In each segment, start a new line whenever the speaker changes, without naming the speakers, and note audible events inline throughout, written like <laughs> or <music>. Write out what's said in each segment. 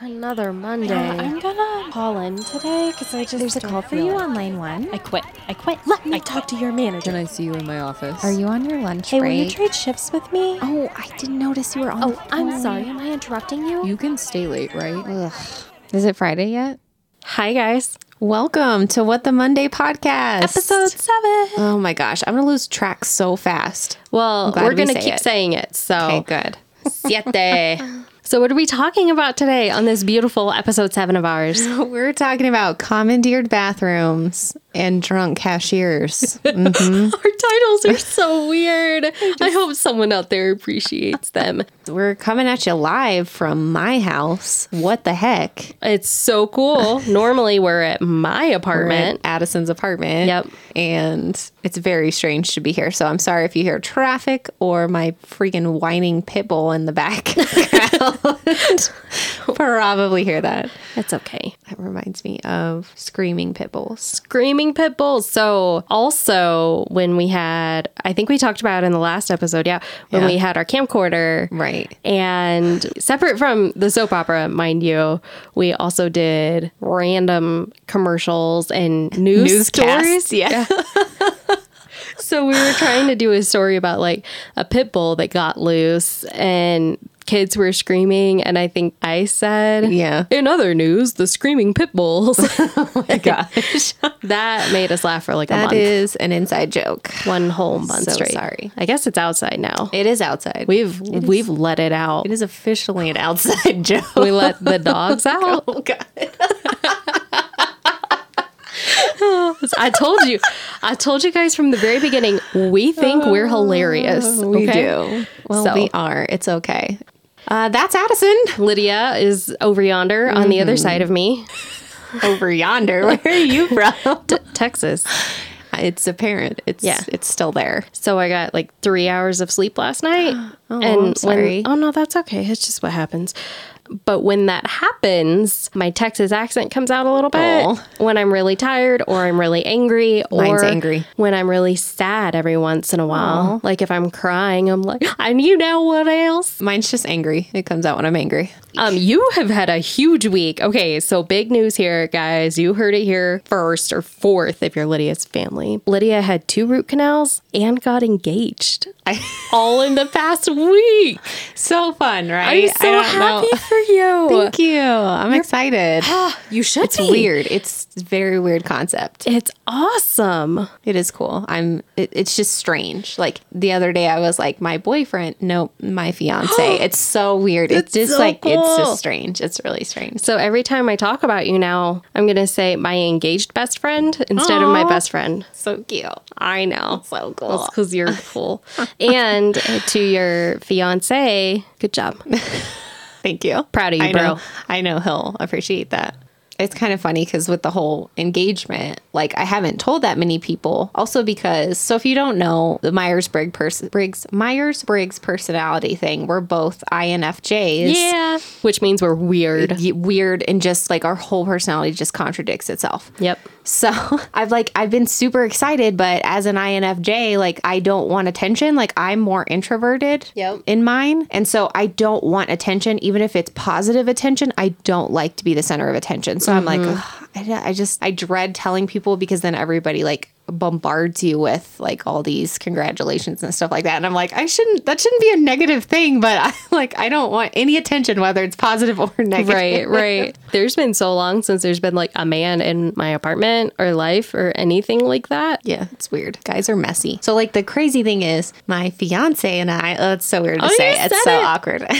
Another Monday.
Yeah, I'm gonna call in today because I just
There's a
don't
call for
feel
you
it.
on line one.
I quit. I quit.
Let
I
me talk to your
Can
manager.
I see you in my office?
Are you on your lunch
Hey, will
break?
you trade shifts with me?
oh, I didn't notice you were on.
Oh, I'm sorry. Am I interrupting you?
You can stay late, right?
Ugh. Is it Friday yet?
Hi guys,
Welcome to What the Monday podcast.
episode seven.
Oh my gosh, I'm gonna lose track so fast.
Well,
glad
we're
we
gonna
say
keep
it.
saying it. So
Oh.
Okay, good.
siete. so what are we talking about today on this beautiful episode seven of ours?
<laughs> We're talking about commandeered bathrooms and drunk
<laughs>
cashiers.
Our titles are so weird. <laughs> I, hope someone out there appreciates them.
We're coming at you live from my house. What the heck?
It's so cool. Normally we're at my
We're at
apartment.
Addison's apartment.
Yep.
And it's very strange to be here. So I'm sorry if you hear traffic or my freaking whining pit bull in the background. <laughs> Probably hear that.
It's okay.
That reminds me of screaming pit bulls.
screaming pit bulls. So also when we had, I think we talked about in the last episode, yeah, when we had our camcorder,
Right.
And separate from the soap opera, mind you, we also did random commercials and news
Newscasts,
stories.
yeah. <laughs>
so we were trying to do a story about like a pit bull that got loose and kids were screaming and I think I said
Yeah.
in other news the screaming pit bulls <laughs> oh my gosh that made us laugh for like a
That
month
is an inside joke.
one whole month
<sighs> So
straight
sorry.
I guess it's outside now
It is outside.
we've we've let it out
it is officially an outside <laughs> joke.
we let the dogs out
Oh god.
I told you. I told you guys from the very beginning, we think we're hilarious.
Oh, We
okay?
do. Well,
So-
we are. It's okay. Uh, that's Addison
Lydia is over yonder on the other
Mm-hmm.
side of me,
over yonder. Where are you from?
T- Texas.
It's apparent. It's
Yeah.
it's still there.
So I got like three hours of sleep last night.
<gasps> Oh, I'm sorry.
When, oh, no, that's okay. It's just what happens. But when that happens, my Texas accent comes out a little bit
Oh.
when I'm really tired or I'm really angry or
Mine's angry.
when I'm really sad every once in a while. Like if I'm crying, I'm like, <gasps> and you know what else?
Mine's just angry. It comes out when I'm angry.
Um, you have had a huge week. Okay, so big news here, guys. You heard it here first or fourth if you're Lydia's family. Lydia had two root canals and got engaged.
I, <laughs>
All in the past week.
so fun, right?
I'm so happy for you. Ah,
Thank you. I'm excited.
You should
It's weird. It's a very weird concept.
It's awesome.
It is cool. I'm. It, it's just strange. Like the other day, I was like, my boyfriend. No, my fiance.
<gasps>
it's so weird. It's
That's
just
so
like it's
cool.
just strange. It's really strange.
So every time I talk about you now, I'm gonna say my engaged best friend instead of my best friend.
So cute.
I know.
So cool.
That's because <laughs> you're cool. and to your fiance, good job.
Thank you.
Proud of you,
I
bro.
Know, I know he'll appreciate that. It's kind of funny because with the whole engagement, like I haven't told that many people. Also because so if you don't know the Myers Briggs person Briggs Myers Briggs personality thing, we're both INFJs.
Yeah. Which means we're weird.
Y- Weird and just like our whole personality just contradicts itself.
Yep.
So <laughs> I've like I've been super excited, but as an INFJ, like I don't want attention. Like I'm more introverted
Yep.
in mine. And so I don't want attention, even if it's positive attention. I don't like to be the center of attention. So I'm like,
Mm-hmm.
"Ugh, I, don't- I just I dread telling people because then everybody like bombards you with like all these congratulations and stuff like that. And I'm like, I shouldn't that shouldn't be a negative thing, but I <laughs> like I don't want any attention, whether it's positive or <laughs>
<laughs>
negative.
Right, right. There's been so long since there's been like a man in my apartment or life or anything like that.
Yeah, it's weird. Guys are messy. So like the crazy thing is, my fiance and I. Oh, it's so weird to
Oh,
say.
you
It's
said
so
it.
awkward.
<laughs>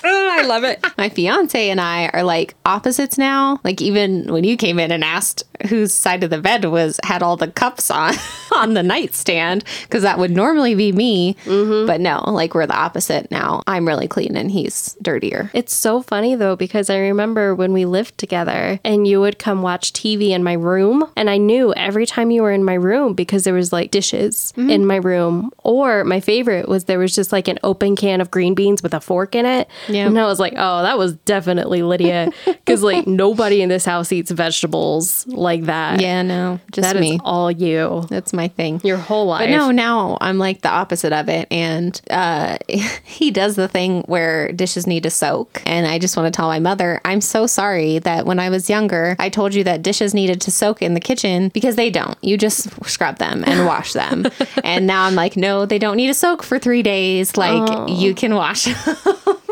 <laughs>
I love it.
my fiance and I are like opposites now. Like even when you came in and asked whose side of the bed was had all the cups on <laughs> on the nightstand because that would normally be me.
Mm-hmm.
But no, like we're the opposite now. I'm really clean and he's dirtier.
It's so funny though, because I remember when we lived together and you would come watch TV in my room. And I knew every time you were in my room because there was like dishes
Mm-hmm.
in my room. Or my favorite was there was just like an open can of green beans with a fork in it.
Yeah.
And I was like, oh, that was definitely
<laughs>
Lydia. Because, like, nobody in this house eats vegetables like that.
Yeah, no, just
That is
me.
all you.
That's my thing.
Your whole life.
But <laughs> no, now I'm like the opposite of it. And uh, <laughs> he does the thing where dishes need to soak. And I just want to tell my mother, I'm so sorry that when I was younger, I told you that dishes needed to soak in the kitchen because they don't. You just scrub them <laughs> and wash them. and now I'm like, no, they don't need to soak for three days. Like, you can wash them.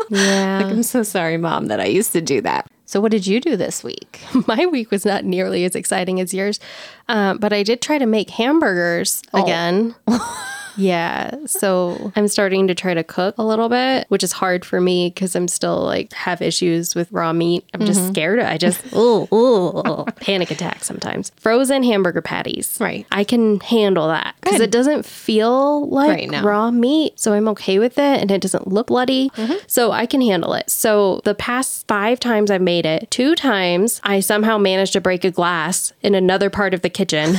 Yeah.
<laughs> I'm so sorry, mom, that I used to do that. So, what did you do this week?
<laughs> my week was not nearly as exciting as yours, um, but I did try to make hamburgers again. Oh. <laughs> yeah, so I'm starting to try to cook a little bit, which is hard for me because I'm still like have issues with raw meat. I'm just scared. I <laughs> just ooh, ooh, panic attack sometimes. Frozen hamburger patties.
Right.
I can handle that because it doesn't feel like
Right now.
raw meat. So I'm okay with it and it doesn't look bloody.
Mm-hmm.
So I can handle it. So the past five times I made it, two times I somehow managed to break a glass in another part of the
<laughs>
kitchen.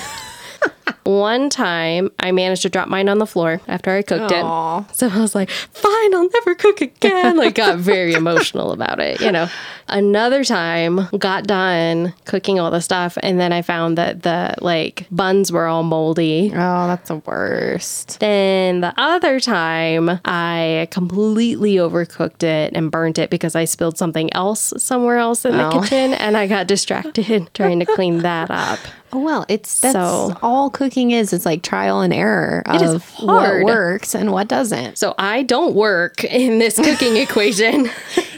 One time I managed to drop mine on the floor after I cooked
Aw.
it. So I was like, fine, I'll never cook again. Like, got
<laughs>
very emotional about it, you know. Another time, got done cooking all the stuff, and then I found that the like buns were all moldy.
Oh, that's the worst.
Then the other time, I completely overcooked it and burnt it because I spilled something else somewhere else in the
Oh.
kitchen and I got distracted <laughs> trying to clean that up.
Oh well, it's that's
So-
all cooking is. It's like trial and error of
is hard.
what works and what doesn't.
So I don't work in this cooking
<laughs>
equation.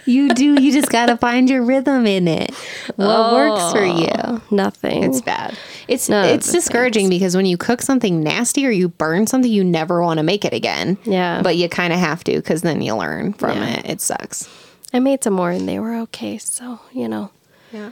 You do. You just gotta <laughs> find your rhythm in it. What works for you.
Nothing.
It's bad. It's
None of
it's
the
discouraging because when you cook something nasty or you burn something, you never want to make it again.
Yeah.
but you kind of have to because then you learn from it. It sucks.
I made some more and they were okay. So, you know,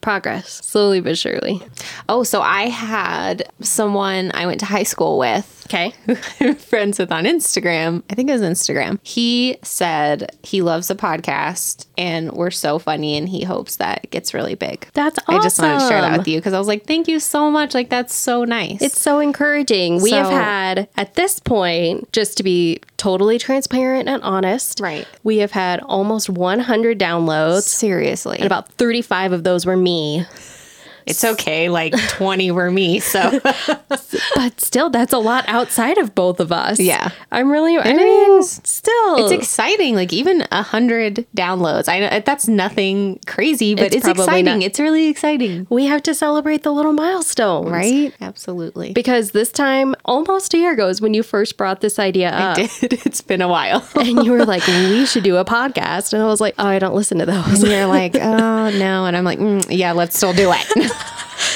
progress slowly but surely.
Oh, so I had someone I went to high school with
Okay.
I'm <laughs> friends with on Instagram. I think it was Instagram. He said he loves the podcast and we're so funny and he hopes that it gets really big.
That's
I just wanted to share that
awesome.
with you because I was like, thank you so much. Like, that's so nice.
It's so encouraging. We have
So-
had, at this point, just to be totally transparent and honest,
Right.
We have had almost 100 downloads.
seriously.
And about 35 of those were me.
it's okay. Like, 20 were me. <laughs> So,
But still, that's a lot outside of both of us.
Yeah.
I'm really, I mean,
is.
still.
it's exciting. Like, even 100 downloads. I know that's nothing crazy, but
It's
it's,
probably
exciting.
not-
It's really exciting.
we have to celebrate the little milestones.
Right? Absolutely.
Because this time, almost a year ago, is when you first brought this idea up.
<laughs> it's been a while.
and you were like, we should do a podcast. And I was like, oh, I don't listen to those.
And you're like, oh no. And I'm like, mm, yeah, let's still do <laughs> it.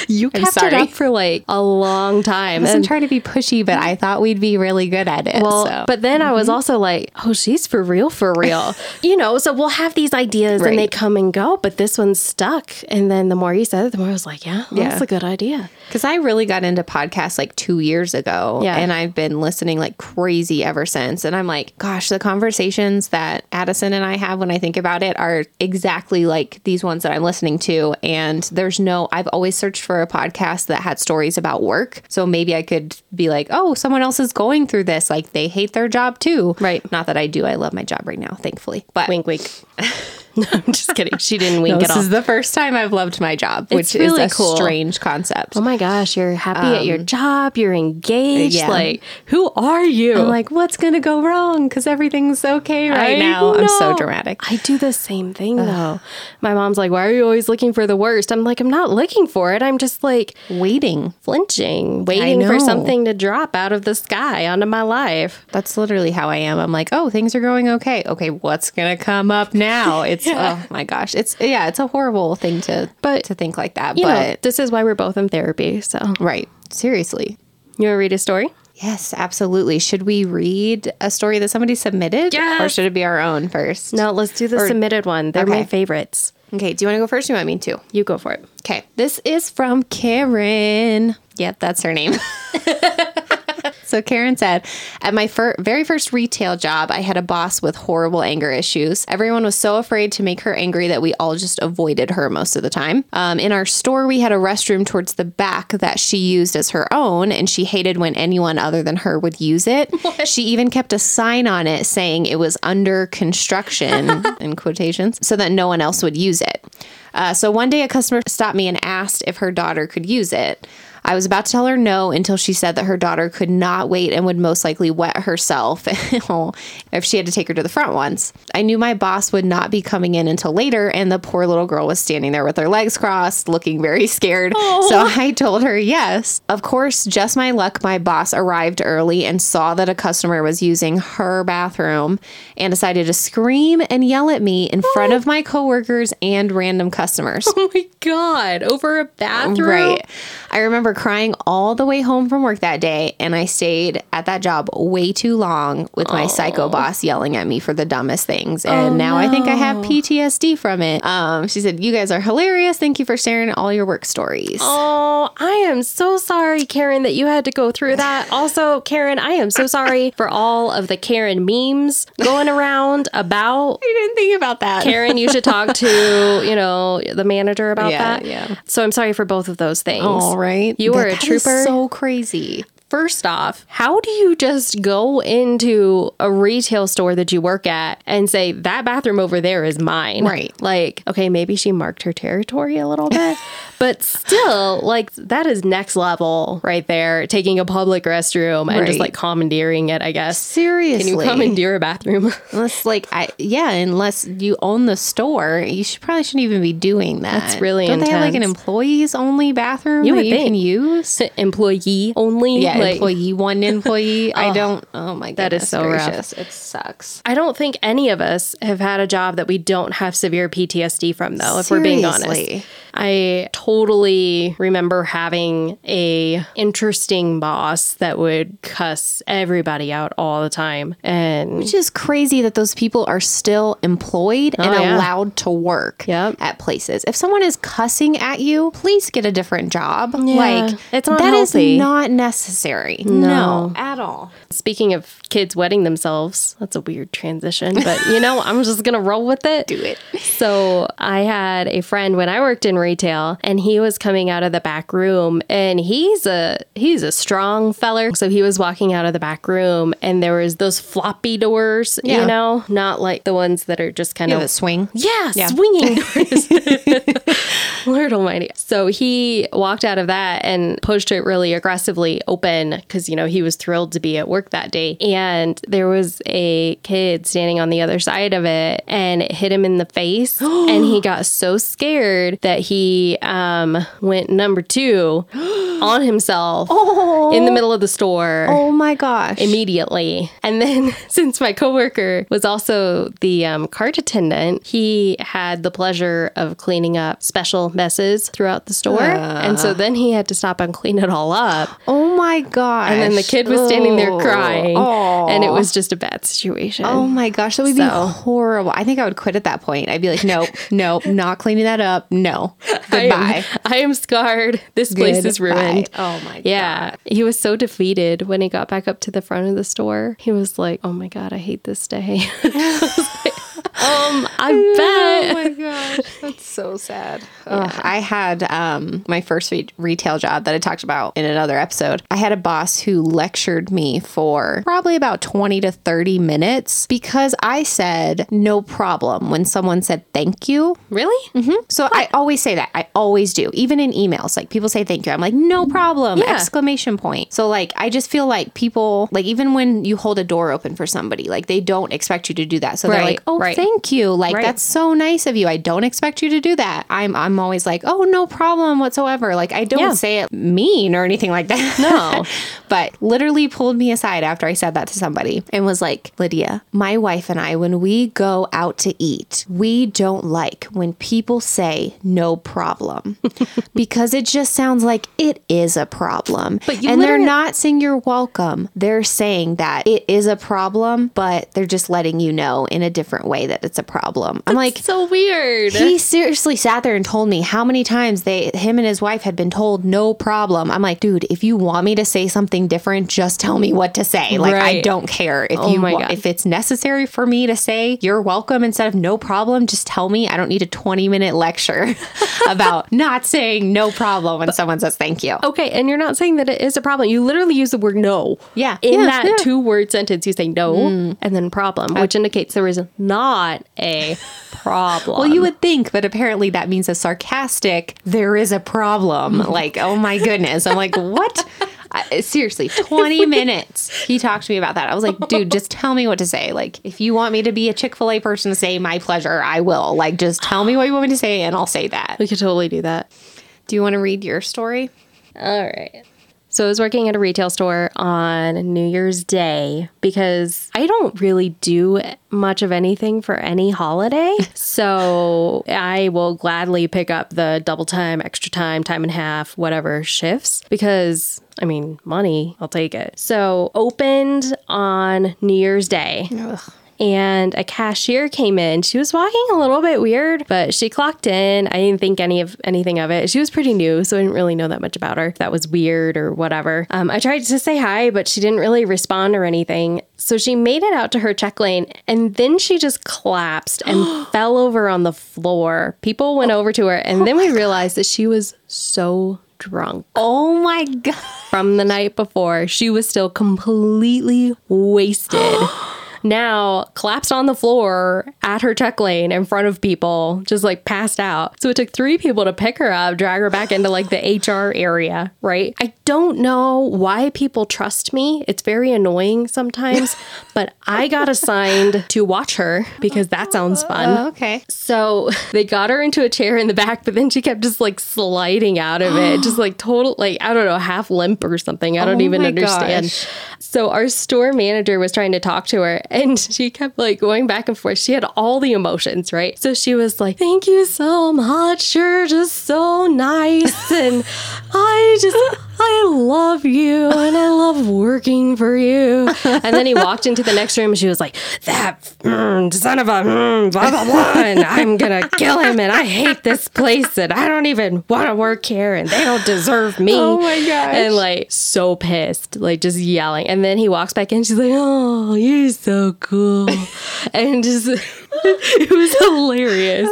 You
I'm
kept it
sorry.
up for like a long time.
wasn't
And-
trying to be pushy, but I thought we'd be really good at it.
well,
so.
but then I was also like, oh, she's for real, for <laughs> real. you know, so we'll have these ideas and they
Right.
come and go, but this one's stuck. And then the more you said it, the more I was like, yeah, well, that's
Yeah.
a good idea.
because I really got into podcasts like two years ago,
Yeah.
and I've been listening like crazy ever since. And I'm like, gosh, the conversations that Addison and I have when I think about it are exactly like these ones that I'm listening to. And there's no, I've always searched for a podcast that had stories about work, so maybe I could be like, oh, someone else is going through this, like they hate their job too,
Right.
Not that I do, I love my job right now, thankfully, but
Wink, wink. <laughs> no, I'm just kidding. She didn't <laughs> wink
this
at all.
is the first time I've loved my job,
It's
which
really
is a
cool.
strange concept.
oh my gosh, you're happy at your job. You're engaged.
yeah.
Like, who are you?
I'm like, what's gonna go wrong? Because everything's okay right
I
now. I'm so
know.
dramatic.
I do the same thing though. My mom's like, why are you always looking for the worst? I'm like, I'm not looking for it. I'm just like,
Waiting.
flinching, waiting for
know.
something to drop out of the sky onto my life.
That's literally how I am. I'm like, oh, things are going okay. Okay, what's gonna come up <laughs> now? It's oh my gosh. It's yeah, it's a horrible thing to
But,
to think like that.
You know,
but
this is why we're both in therapy. So,
right. Seriously.
you want to read a story?
Yes, absolutely. Should we read a story that somebody submitted?
Yes.
Or should it be our own first?
No, let's do the submitted one. They're my
okay.
favorites.
Okay, do you wanna go first or do you want me to?
You go for it.
Okay. This is from Karen. Yep, that's her name. So Karen said, at my fir- very first retail job, I had a boss with horrible anger issues. Everyone was so afraid to make her angry that we all just avoided her most of the time. Um, in our store, we had a restroom towards the back that she used as her own, and she hated when anyone other than her would use it. She even kept a sign on it saying it was under construction, in quotations, so that no one else would use it. Uh, so one day, a customer stopped me and asked if her daughter could use it. I was about to tell her no until she said that her daughter could not wait and would most likely wet herself <laughs> if she had to take her to the front once. I knew my boss would not be coming in until later, and the poor little girl was standing there with her legs crossed, looking very scared. So I told her yes. Of course, just my luck, my boss arrived early and saw that a customer was using her bathroom and decided to scream and yell at me in front of my coworkers and random customers.
<laughs> Oh my god, over a bathroom.
Right. I remember crying all the way home from work that day, and I stayed at that job way too long with my psycho boss yelling at me for the dumbest things.
Oh,
And now I think I have PTSD from it. Um, she said, You guys are hilarious. Thank you for sharing all your work stories.
Oh, I am so sorry, Karen, that you had to go through <laughs> that. Also, Karen, I am so sorry for all of the Karen memes going around about
I didn't think about that.
Karen, you should talk to, you know, the manager about
Yeah,
that.
yeah.
So I'm sorry for both of those things.
All right.
You are a
That is
trooper.
so crazy.
First off, how do you just go into a retail store that you work at and say, that bathroom over there is mine?
Right.
Like, okay, maybe she marked her territory a little
<laughs>
bit, but still, like, that is next level right there, taking a public restroom and just
Right.
like commandeering it, I guess.
Seriously.
Can you commandeer a bathroom? <laughs>
Unless, like, I yeah, unless you own the store, you should probably shouldn't even be doing that.
That's really
Don't they have like an
intense.
employees only bathroom
You
that
would
you can
think.
use?
Employee only?
Yeah,
like,
employee
<laughs>
one employee. I don't. Oh my god,
that is so rough.
It sucks.
I don't think any of us have had a job that we don't have severe PTSD from, though, if we're being honest.
Seriously.
I totally remember having a interesting boss that would cuss everybody out all the time. And
It's just crazy that those people are still employed and
Oh, yeah.
allowed to work
Yep.
at places. If someone is cussing at you, please get a different job. Like
It's not
that is
healthy.
not necessary. No. at all.
speaking of kids wetting themselves, that's a weird transition, but you know, I'm just going to roll with it. Do
it.
So I had a friend when I worked in retail and he was coming out of the back room and he's a he's a strong feller. So he was walking out of the back room and there was those floppy doors,
Yeah.
you know, not like the ones that are just kind
You
of
have a swing.
yeah,
Yeah.
swinging doors. <laughs> Lord almighty. So he walked out of that and pushed it really aggressively open because, you know, he was thrilled to be at work that day. And there was a kid standing on the other side of it and it hit him in the face. and he got so scared that he um, went number two <gasps> on himself in the middle of the store
Oh my gosh.
immediately. And then, <laughs> since my coworker was also the um, cart attendant, he had the pleasure of cleaning up special messes throughout the store. and so then he had to stop and clean it all up.
oh my gosh.
And then the kid was standing there
Oh.
crying.
Oh.
And it was just a bad situation.
Oh my gosh, that would be
So-
horrible. I think I would quit at that point. I'd be like, nope, <laughs> nope, not cleaning that up. No,
I
goodbye. <laughs>
am, <laughs> I am scarred. This place is
Goodbye.
ruined.
Oh my
Yeah. He was so defeated when he got back up to the front of the store. He was like, Oh my God, I hate this day. <laughs> I was like, um, <laughs> I bet.
Oh my gosh, that's so sad. I had um, my first re- retail job that I talked about in another episode. I had a boss who lectured me for probably about 20 to 30 minutes because I said no problem when someone said thank you.
Really?
Mm-hmm. So I always say that. I always do. Even in emails, like people say thank you. I'm like, no problem. Exclamation point. So like I just feel like people like even when you hold a door open for somebody, like they don't expect you to do that. So they're
Right,
like, Oh,
right.
thank you. Like
Right.
that's so nice of you. I don't expect you to do that. I'm I'm always like, Oh, no problem whatsoever. Like I don't
Yeah.
say it mean or anything like that.
No.
<laughs> but literally pulled me aside after I said that to somebody and was like, Lydia, my wife and I, when we go out to eat, we don't like when people say
<laughs>
no problem because it just sounds like it is a problem.
But you
and they're
literally-
not saying you're welcome. They're saying that it is a problem, but they're just letting you know in a different way that that it's a problem. I'm like,
so weird.
he seriously sat there and told me how many times they him and his wife had been told no problem. I'm like, dude, if you want me to say something different, just tell me what to say. Like I
Right. Oh
don't care if you
my
wa-
God.
if it's necessary for me to say you're welcome instead of no problem, just tell me. I don't need a 20 minute lecture <laughs> about not saying no problem when someone says thank you.
okay, and you're not saying that it is a problem. You literally use the word no.
Yeah.
In
Yeah,
that
yeah.
two word sentence, you say no and then problem, which indicates there is not <laughs> a problem.
Well, you would think, but apparently that means a sarcastic, there is a <laughs> problem. Like, oh my goodness. I'm like, what? I, seriously, <laughs> 20 minutes. He talked to me about that. I was like, dude, just tell me what to say. Like, if you want me to be a Chick fil A person, say my pleasure, I will. Like, just tell me what you want me to say, and I'll say that.
we could totally do that.
Do you want to read your story?
All right. So I was working at a retail store on New Year's Day because I don't really do much of anything for any holiday. so I will gladly pick up the double time, extra time, time and a half, whatever shifts because I mean, money, I'll take it. So opened on New Year's Day and a cashier came in. She was walking a little bit weird, but she clocked in. I didn't think any of anything of it. She was pretty new, so I didn't really know that much about her. If that was weird or whatever. Um, I tried to say hi, but she didn't really respond or anything. So she made it out to her check lane, and then she just collapsed and fell over on the floor. People went over to her, and then we realized that she was so drunk
Oh my God.
from the night before. She was still completely wasted. now collapsed on the floor at her check lane in front of people, just like passed out. So it took three people to pick her up, drag her back into like the HR area, right? I don't know why people trust me. It's very annoying sometimes, but I got assigned to watch her because that sounds fun.
Okay.
So <laughs> they got her into a chair in the back, but then she kept just like sliding out of it,
<gasps>
just like total, like, I don't know, half limp or something. I don't
Oh
even
my
understand.
gosh.
So our store manager was trying to talk to her and <laughs> she kept like going back and forth. She had all the emotions, right? So she was like, Thank you so much. You're just so
<laughs>
nice. And I just, I love you and I love working for you. And then he walked into the next room and she was like, That mm, son of a mm, blah, blah, blah. And I'm going to kill him. And I hate this place. And I don't even want to work here. And they don't deserve me.
Oh my gosh.
And like so pissed, like just yelling. And then he walks back in. She's like, "Oh, you're so cool," and just <laughs> it was hilarious.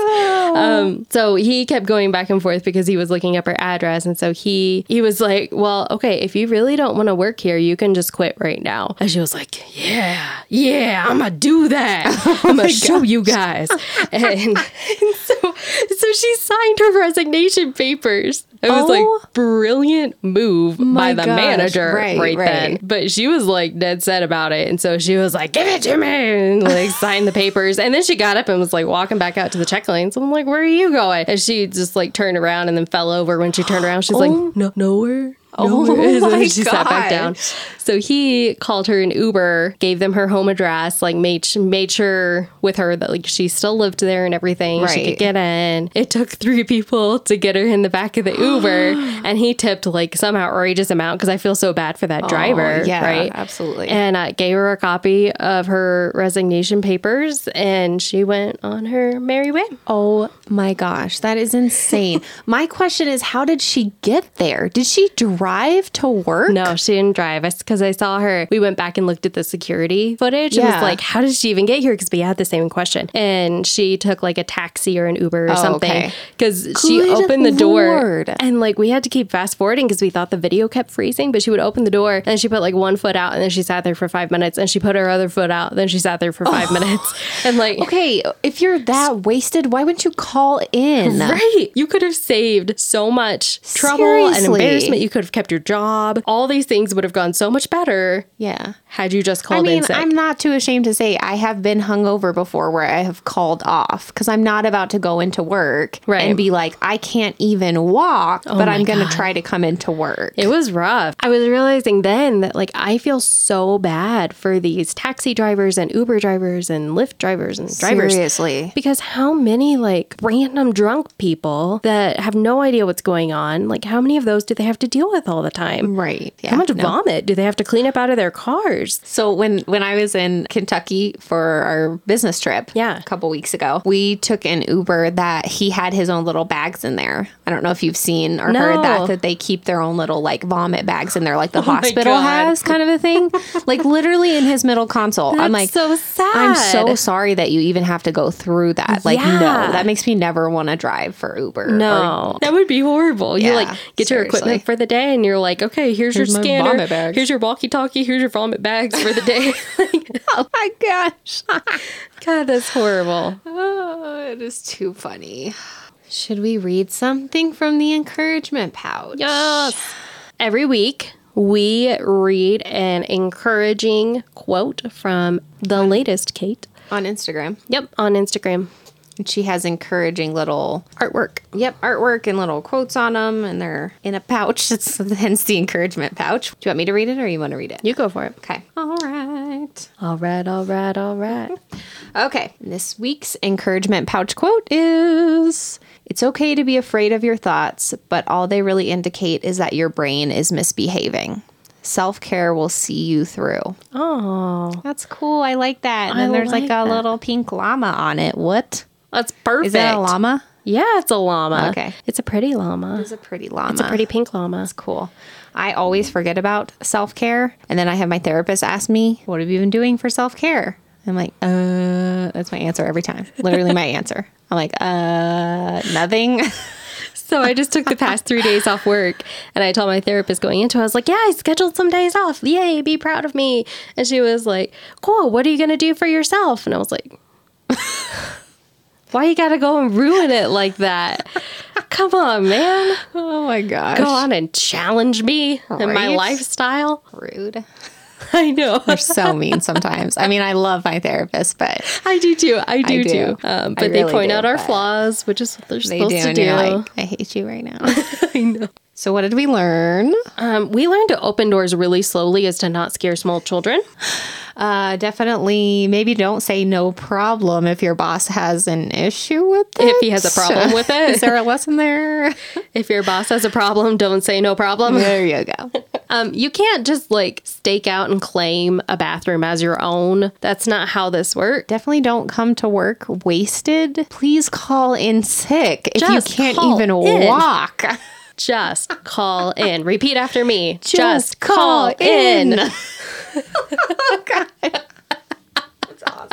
Um, so he kept going back and forth because he was looking up her address, and so he he was like, "Well, okay, if you really don't want to work here, you can just quit right now." And she was like, "Yeah, yeah, I'm gonna do that. I'm gonna show you guys." and, and so so she signed her resignation papers. It was
Oh.
like brilliant move by
My
the
gosh,
manager right,
right, right.
then. But she was like dead set about it. And so she was like, give it to me. And
<laughs>
like signed the papers. And then she got up and was like walking back out to the check lane. So I'm like, where are you going? And she just like turned around and then fell over. When she turned around, she's like, no, nowhere.
Oh
nowhere." <laughs> And then
my
she sat back
gosh.
down. So he called her an Uber, gave them her home address, like made made sure with her that like she still lived there and everything. She could
Right.
get in. It took three people to get her in the back of the
<gasps>
Uber, and he tipped like some outrageous amount because I feel so bad for that driver.
Oh, yeah,
right?
absolutely.
And uh, gave her a copy of her resignation papers, and she went on her merry way.
Oh my gosh, that is <laughs> insane. my question is, how did she get there? Did she drive to work?
No, she didn't drive us because I saw her. We went back and looked at the security footage and was
Yeah.
like, how did she even get here? Because we had the same question. And she took like a taxi or an Uber or something
Oh, okay.
because she
Good
opened the door
Lord.
and like we had to keep fast forwarding because we thought the video kept freezing. But she would open the door and she put like one foot out and then she sat there for five minutes and she put her other foot out. Then she sat there for five minutes <laughs> and like.
Oh. Okay, if you're that wasted, why wouldn't you call in?
Right. You could have saved so much trouble and
Seriously.
embarrassment. You could have kept your job. All these things would have gone so much better
Yeah.
had you just
I
called in
mean,
sick.
I'm not too ashamed to say I have been hungover before where I have called off because I'm not about to go into work
Right. Oh
and be like, I can't even walk, but I'm going to try to come into work.
it was rough. I was realizing then that like I feel so bad for these taxi drivers and Uber drivers and Lyft drivers and drivers.
Seriously.
Because how many like random drunk people that have no idea what's going on, like how many of those do they have to deal with with all the time.
Right.
How
Yeah,
much
no.
vomit do they have to clean up out of their cars?
So when when I was in Kentucky for our business trip,
Yeah.
a couple weeks ago, we took an Uber that he had his own little bags in there. I don't know if you've seen or
No. Oh
heard that that they keep their own little like vomit bags in there, like
<laughs>
the hospital
God.
has, kind of a thing. like literally in his middle console. I'm like
That's so
I'm so
sad.
sorry that you even have to go through that. Like no,
Yeah.
that makes me never want to drive for Uber. or-
No, that would be horrible. you
Yeah,
like get your equipment
seriously.
for the day, and you're like, okay, here's,
Here's
your
my
scanner,
vomit bags.
here's your walkie-talkie, here's your vomit bags for the <laughs> day. Like,
oh my gosh.
God, that's horrible.
Oh, <sighs> it is too funny. Should we read something from the encouragement pouch?
Yes. Every week we read an encouraging quote from the latest Kate.
On Instagram.
Yep, on Instagram.
And she has encouraging little
Artwork.
yep, artwork and little quotes on them and they're in a pouch. <laughs> It's hence the encouragement pouch. Do you want me to read it or you want to read it?
You go for it.
Okay. All right.
All right, all right, all right.
Okay. This week's encouragement pouch quote is It's okay to be afraid of your thoughts, but all they really indicate is that your brain is misbehaving. Self care will see you through.
<laughs> Oh,
That's cool. I like that. And
I
then there's like,
like
a
that.
little pink llama on it. What?
that's perfect.
Is that a llama?
Yeah, it's a llama.
Okay.
It's a pretty llama.
It's a pretty llama.
It's a pretty pink llama.
cool. I always forget about self care. And then I have my therapist ask me, What have you been doing for self care? I'm like, Uh, that's my answer every time. Literally my answer. I'm like, Uh, nothing.
So I just took the past three days off work and I told my therapist going into it, I was like, Yeah, I scheduled some days off. Yay, be proud of me. And she was like, Cool, what are you gonna do for yourself? And I was like, <laughs> Why you gotta go and ruin it like that? Come on, man.
<laughs> oh my gosh.
Go on and challenge me and my
Right?
lifestyle. <laughs>
Rude.
I
<laughs>
know.
They're so mean sometimes. I mean, I love my therapist, but
I do too. I do,
do.
too. Um,
I
but they
really
point
do,
out our
but
flaws, which is what they're
they
supposed
do.
to
And
do.
you're like, I hate you right now.
<laughs>
I know. So, what did we learn?
um, we learned to open doors really slowly as to not scare small children. <laughs>
Uh, definitely. Maybe don't say no problem if your boss has an issue with it.
If he has a problem
<laughs>
with it.
is there a
<laughs>
lesson there?
If your boss has a problem, don't say no problem.
There you go.
Um, you can't just like stake out and claim a bathroom as your own. That's not how this works.
Definitely don't come to work wasted. Please call in sick if
Just
you can't
call
even
in.
walk.
Just
<laughs>
call in. Repeat after me. Just,
call
call in. <laughs>
in. <laughs>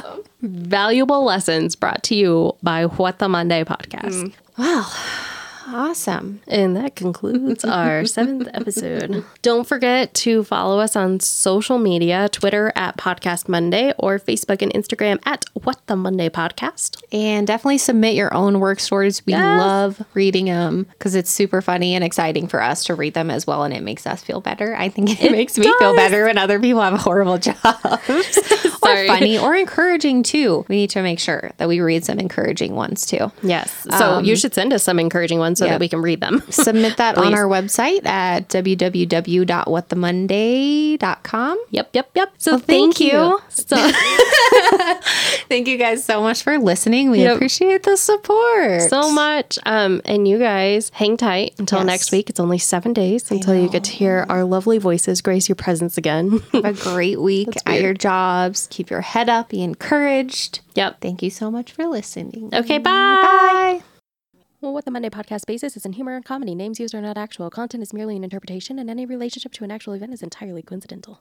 Oh,
Valuable lessons brought to you by What the Monday podcast.
Mm. Awesome.
And that concludes <laughs> our seventh episode. Don't forget to follow us on social media Twitter at Podcast Monday or Facebook and Instagram at What the Monday <laughs> Podcast.
And definitely submit your own work stories. We
Yes.
love reading them because it's super funny and exciting for us to read them as well. And it makes us feel better. I think it, makes me feel
does.
better when other people have horrible <laughs> jobs or
Sorry.
funny or encouraging too. We need to make sure that we read some encouraging ones too.
Yes. So
Um,
you should send us some encouraging ones so
yeah.
that we can read them. <laughs>
Submit that on
Please.
our website at www.whatthemonday.com.
Yep, yep, yep. So
Well,
thank,
thank
you.
you.
<laughs> So,
Thank you guys so much for listening. We
Yep.
appreciate the support.
so much. Um, and you guys hang tight until
Yes.
next week. It's only seven days until you get to hear our lovely voices grace your presence again. <laughs>
Have a great week at your jobs. Keep your head up. Be encouraged.
yep.
Thank you so much for listening.
Okay,
Bye.
Well, what the Monday podcast basis is in humor and comedy. Names used are not actual. Content is merely an interpretation, and any relationship to an actual event is entirely coincidental.